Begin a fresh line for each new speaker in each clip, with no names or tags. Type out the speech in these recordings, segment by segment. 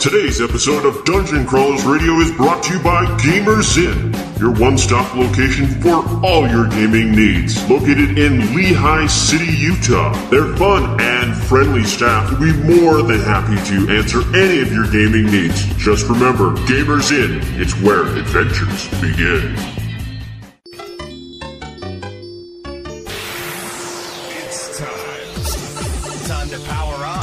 Today's episode of Dungeon Crawlers Radio is brought to you by Gamers Inn, your one stop location for all your gaming needs. Located in Lehigh City, Utah, their fun and friendly staff will be more than happy to answer any of your gaming needs. Just remember, Gamers Inn, it's where adventures begin.
It's time. Time to power up.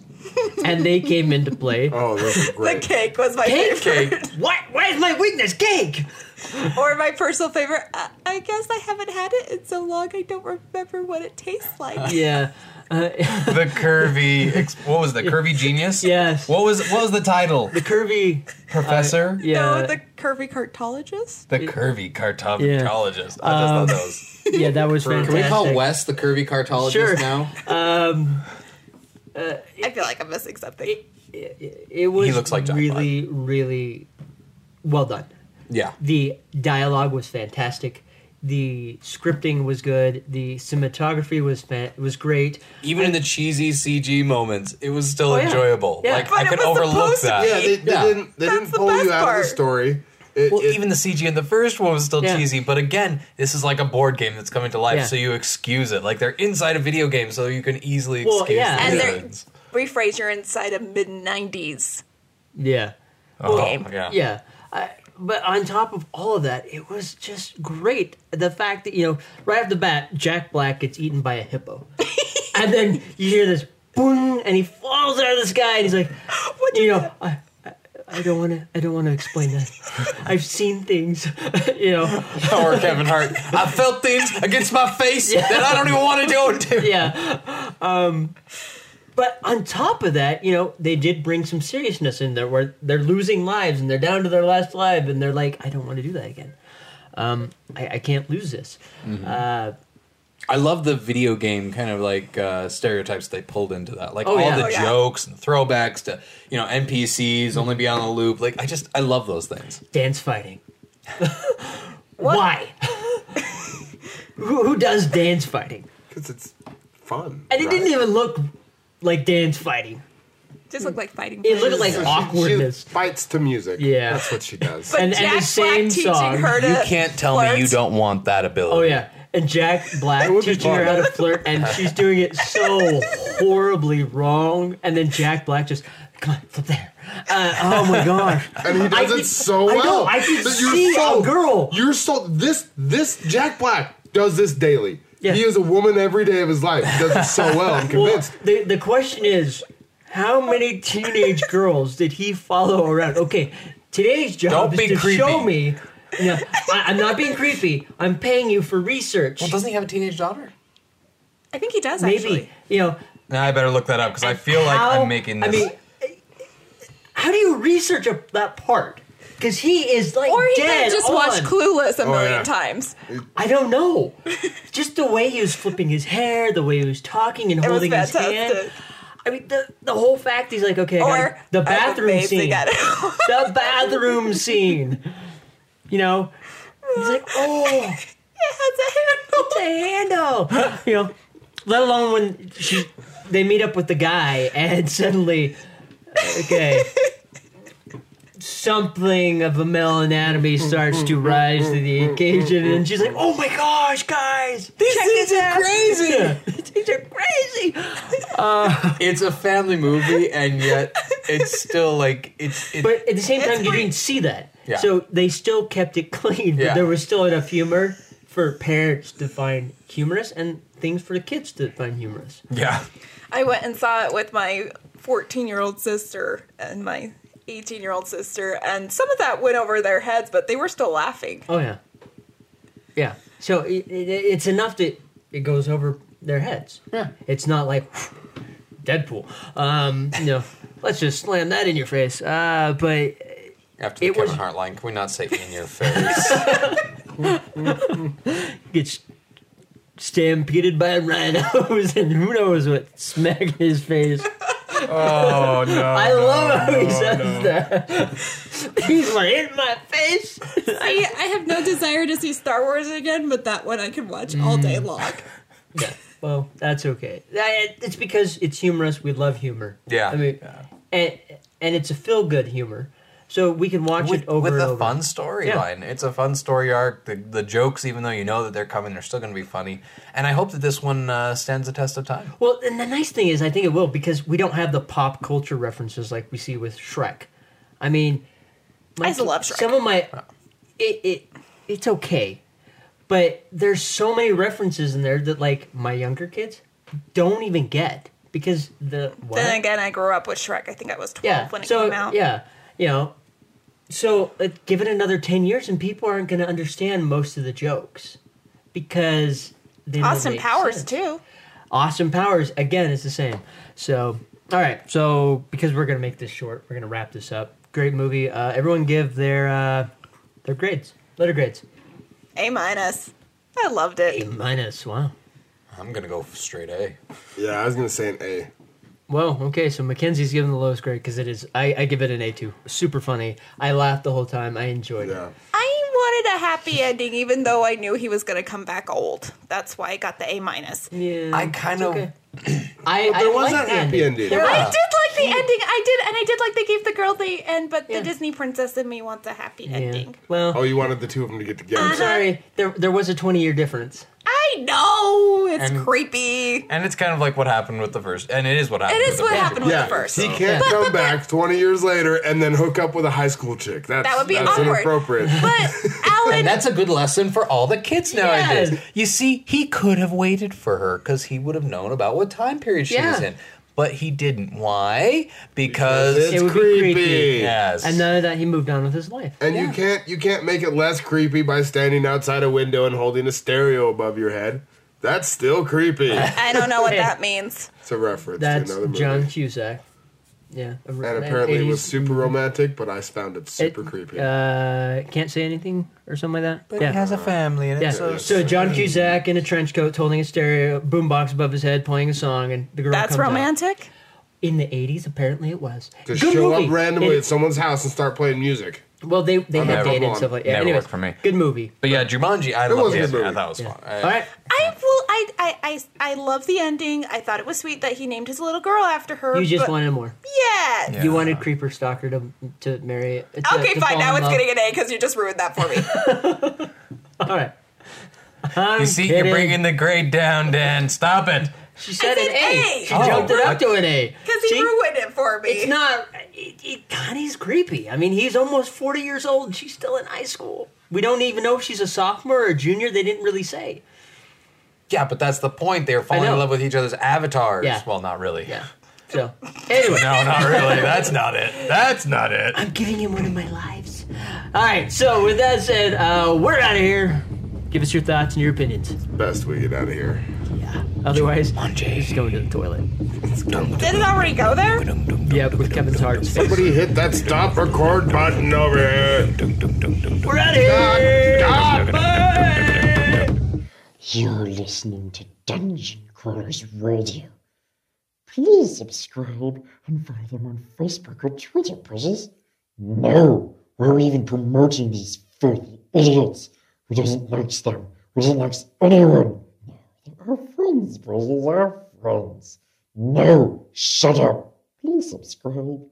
and they came into play.
Oh, those are
The cake was my
Cake?
favorite.
What? Where's my weakness? Cake.
or my personal favorite. I, I guess I haven't had it in so long. I don't remember what it tastes like.
Yeah. Uh,
the curvy. Ex- what was the curvy genius?
Yes.
What was what was the title?
The curvy
professor.
No, the curvy cartologist.
The curvy cartologist.
Yeah.
I just thought that was.
Yeah, that was
Can we
fantastic.
call Wes the curvy cartologist
Sure.
now?
I feel like I'm missing something.
It was
He looks like Jack
really, really well done.
Yeah.
The dialogue was fantastic. The scripting was good. The cinematography was fan- was great.
Even in the cheesy CG moments, it was still
Oh, yeah.
enjoyable.
Yeah.
Like
But
I
it
could
was
overlook
supposed to
that.
be.
Yeah, they, they
Yeah.
didn't. They
That's
didn't
the
pull
best
you out of
part.
the story. It,
Well,
it-
even the CG in the first one was still
Yeah.
cheesy, but again, this is like a board game that's coming to life,
Yeah.
so you excuse it. Like they're inside a video game, so you can easily
Well,
excuse
yeah.
the
And they're-
things.
Rephrase your inside a mid 90s.
Yeah,
Oh,
game.
Yeah.
yeah. I, but on top of all of that, it was just great. The fact that you know, right off the bat, Jack Black gets eaten by a hippo, and then you hear this boom, and he falls out of the sky, and he's like,
What
you know, I, I- I don't want to. I don't want to explain that. I've seen things, you know.
Power Kevin Hart. I felt things against my face that I don't even want to go into.
yeah. Um, but on top of that, you know, they did bring some seriousness in there where they're losing lives and they're down to their last life and they're like, I don't want to do that again. Um, I, I can't lose this. Uh,
I love the video game kind of like uh, stereotypes they pulled into that, like
Oh,
all
yeah.
the
Oh,
yeah.
jokes and throwbacks to you know NPCs only be on the loop. Like I just I love those things.
dance fighting. Why? who, who does dance fighting?
'cause it's fun.
And it
right?
didn't even look like dance fighting.
Just look like fighting.
It looked
fish.
like awkwardness.
She fights to music.
Yeah.
that's what she does.
But
and- and the
Jack
same
Black teaching
song.
her to flirt.
don't want that ability.
Oh yeah, and Jack Black
would be
teaching her how to flirt, and she's doing it so horribly wrong. And then Jack Black just, come on, flip there. Uh, oh my gosh,
And he
I
does
could-
it so
I know,
well.
I could
That you're
see a girl.
You're so this this Jack Black does this daily.
Yeah.
He is a woman every day of his life. He does it so well. I'm
Well,
convinced.
the the question is, how many teenage girls did he follow around? Okay, today's job
Don't
is
be
to
creepy.
show me. No, I, I'm not being creepy. I'm paying you for research.
Well, doesn't he have a teenage daughter?
I think he does
Maybe
actually.
you know.
Now I better look that up because I feel like
How-
I'm making this.
I mean, how do you research a, that part? Because he is like
Or he
dead
could just
on.
watch Clueless a million
yeah.
times.
I don't know. just the way he was flipping his hair, the way he was talking and
It was
holding his hand.
fantastic.
I mean, the the whole fact he's like, okay, I gotta-
Or
the
I'm
bathroom
amazed they
scene,
got it.
the bathroom scene. You know, he's like, oh,
It's
it's
a
a
handle.
handle. You know, let alone when she they meet up with the guy and suddenly, okay, something of a male anatomy starts to rise to the occasion, and she's like, "Oh my gosh, guys, these
Check
things
this
are
out."
crazy. These are crazy."
it's a family movie, and yet it's still like it's. It,
But at the same time, you
pretty-
didn't see that,
Yeah.
so they still kept it clean. But
Yeah.
there was still enough humor for parents to find humorous and things for the kids to find humorous.
yeah,
I went and saw it with my 14 year old sister and my 18 year old sister, and some of that went over their heads, but they were still laughing.
Oh yeah, yeah. So it, it, it's enough that it goes over their heads. Yeah. It's not like Deadpool. Um, you know, let's just slam that in your face. Uh, but
After the
it
Kevin
was-
Hart line, can we not say in your face?
gets stampeded by rhinos and who knows what smack in his face.
Oh, no,
I love how he
no,
says
no.
that. He's like in my face.
See, I have no desire to see Star Wars again, but that one I could watch all day
Mm.
long.
Well, that's okay. I- It's because it's humorous. We love humor.
Yeah.
I mean, and and it's a feel good humor, so we can watch
with,
it over
with
and
a
over.
fun storyline. It's a fun story arc. The, the jokes, even though you know that they're coming, they're still going to be funny. And I hope that this one uh, stands the test of time.
Well, and the nice thing is, I think it will because we don't have the pop culture references like we see with Shrek. I mean, my, I love Shrek. Some of my, it, it it's okay, but there's so many references in there that like my younger kids don't even get because the what?
Then again, I grew up with Shrek. I think I was 12
yeah,
when it
so
came out.
yeah, you know, so uh, give it another ten years and people aren't going to understand most of the jokes because they don't
Austin
make
Powers,
sense.
too.
Austin Powers again is the same. So, all right. So because we're gonna make this short, we're gonna wrap this up. Great movie. Uh, everyone give their uh, their grades, letter grades.
A minus. I loved it.
Minus. Wow.
I'm going to go straight A.
Yeah, I was going to say an A.
Well, okay. So Mackenzie's giving the lowest grade because it is. I, I give it an A two. Super funny. I laughed the whole time. I enjoyed it.
I wanted a happy ending, even though I knew he was going to come back old. That's why I got the A minus.
Yeah,
I kind of.
I,
Well, there was that happy ending. There
I
was.
did like the ending. I did, and I did like they gave the girl the end, but the Disney princess in me wants a happy ending.
Well,
oh, you wanted the two of them to get together.
I'm sorry. There there was a twenty year difference.
I know it's
And-
creepy.
And it's kind of like what happened with the first. And it is what happened.
It
with
is
the
what
first.
happened with the first.
He can't come back 20 years later and then hook up with a high school chick. That's,
That would be
that's
awkward.
inappropriate.
And that's a good lesson for all the kids nowadays.
Yes.
You see, he could have waited for her because he would have known about what time period she was
Yeah.
in. But he didn't. Why? Because,
it would be creepy.
Yes.
And none of that. He moved on with his life.
And you can't you can't make it less creepy by standing outside a window and holding a stereo above your head. That's still creepy.
I don't know what that means.
It's a reference
That's
to another movie.
John Cusack. Yeah. a- an
and apparently it
80s
was super romantic, but I found it super creepy.
Uh, can't say anything or something like that.
But he has a
family
and it's so
so John
sweet.
Cusack in a trench coat, holding a stereo boombox above his head, playing a song, and the girl.
That's
comes out.
romantic?
In the '80s, apparently it was.
to
Good
show
movie.
up randomly
It-
at someone's house and start playing music.
well, they they
on
had
the
dated and
phone.
stuff like yeah.
Never
Anyways,
worked for me.
Good movie.
But yeah, Jumanji, I
It
love
was a
the ending. I
good movie.
thought it was fun. I-
All right.
I will. I, I I I love the ending. I thought it was sweet that he named his little girl after her.
You just
but-
wanted more.
Yeah.
You wanted Creeper Stalker to to marry. To,
Okay,
to
fine.
fall in
Now it's
love.
getting an A because you just ruined that for me.
All right.
you see,
kidding.
you're bringing the grade down, Dan. Stop it.
She said
said
an A.
A.
She
Oh,
jumped it up
I-
to an A.
Because he ruined it for me.
It's not. It, it kind of is creepy. I mean, he's almost forty years old, and she's still in high school. We don't even know if she's a sophomore or a junior. They didn't really say.
Yeah, but that's the point. They were falling
know.
in love with each other's avatars.
Yeah.
Well, not really.
Yeah. So, anyway.
no, not really. That's not it. That's not it.
I'm giving him one of my lives. All right. So with that said, uh, we're out of here. Give us your thoughts and your opinions.
Best we get out of here.
Otherwise, just going to the toilet.
Did it already go there?
Yeah, with Kevin's heart.
Somebody hit that stop record button over here.
We're out of here.
You're listening to Dungeon Crawlers Radio. Please subscribe and follow them on Facebook or Twitter, precious. No, we're even promoting these filthy idiots. We doesn't likes them. We doesn't likes anyone. No, they're our friends, precious. Our friends. No, shut up. Please subscribe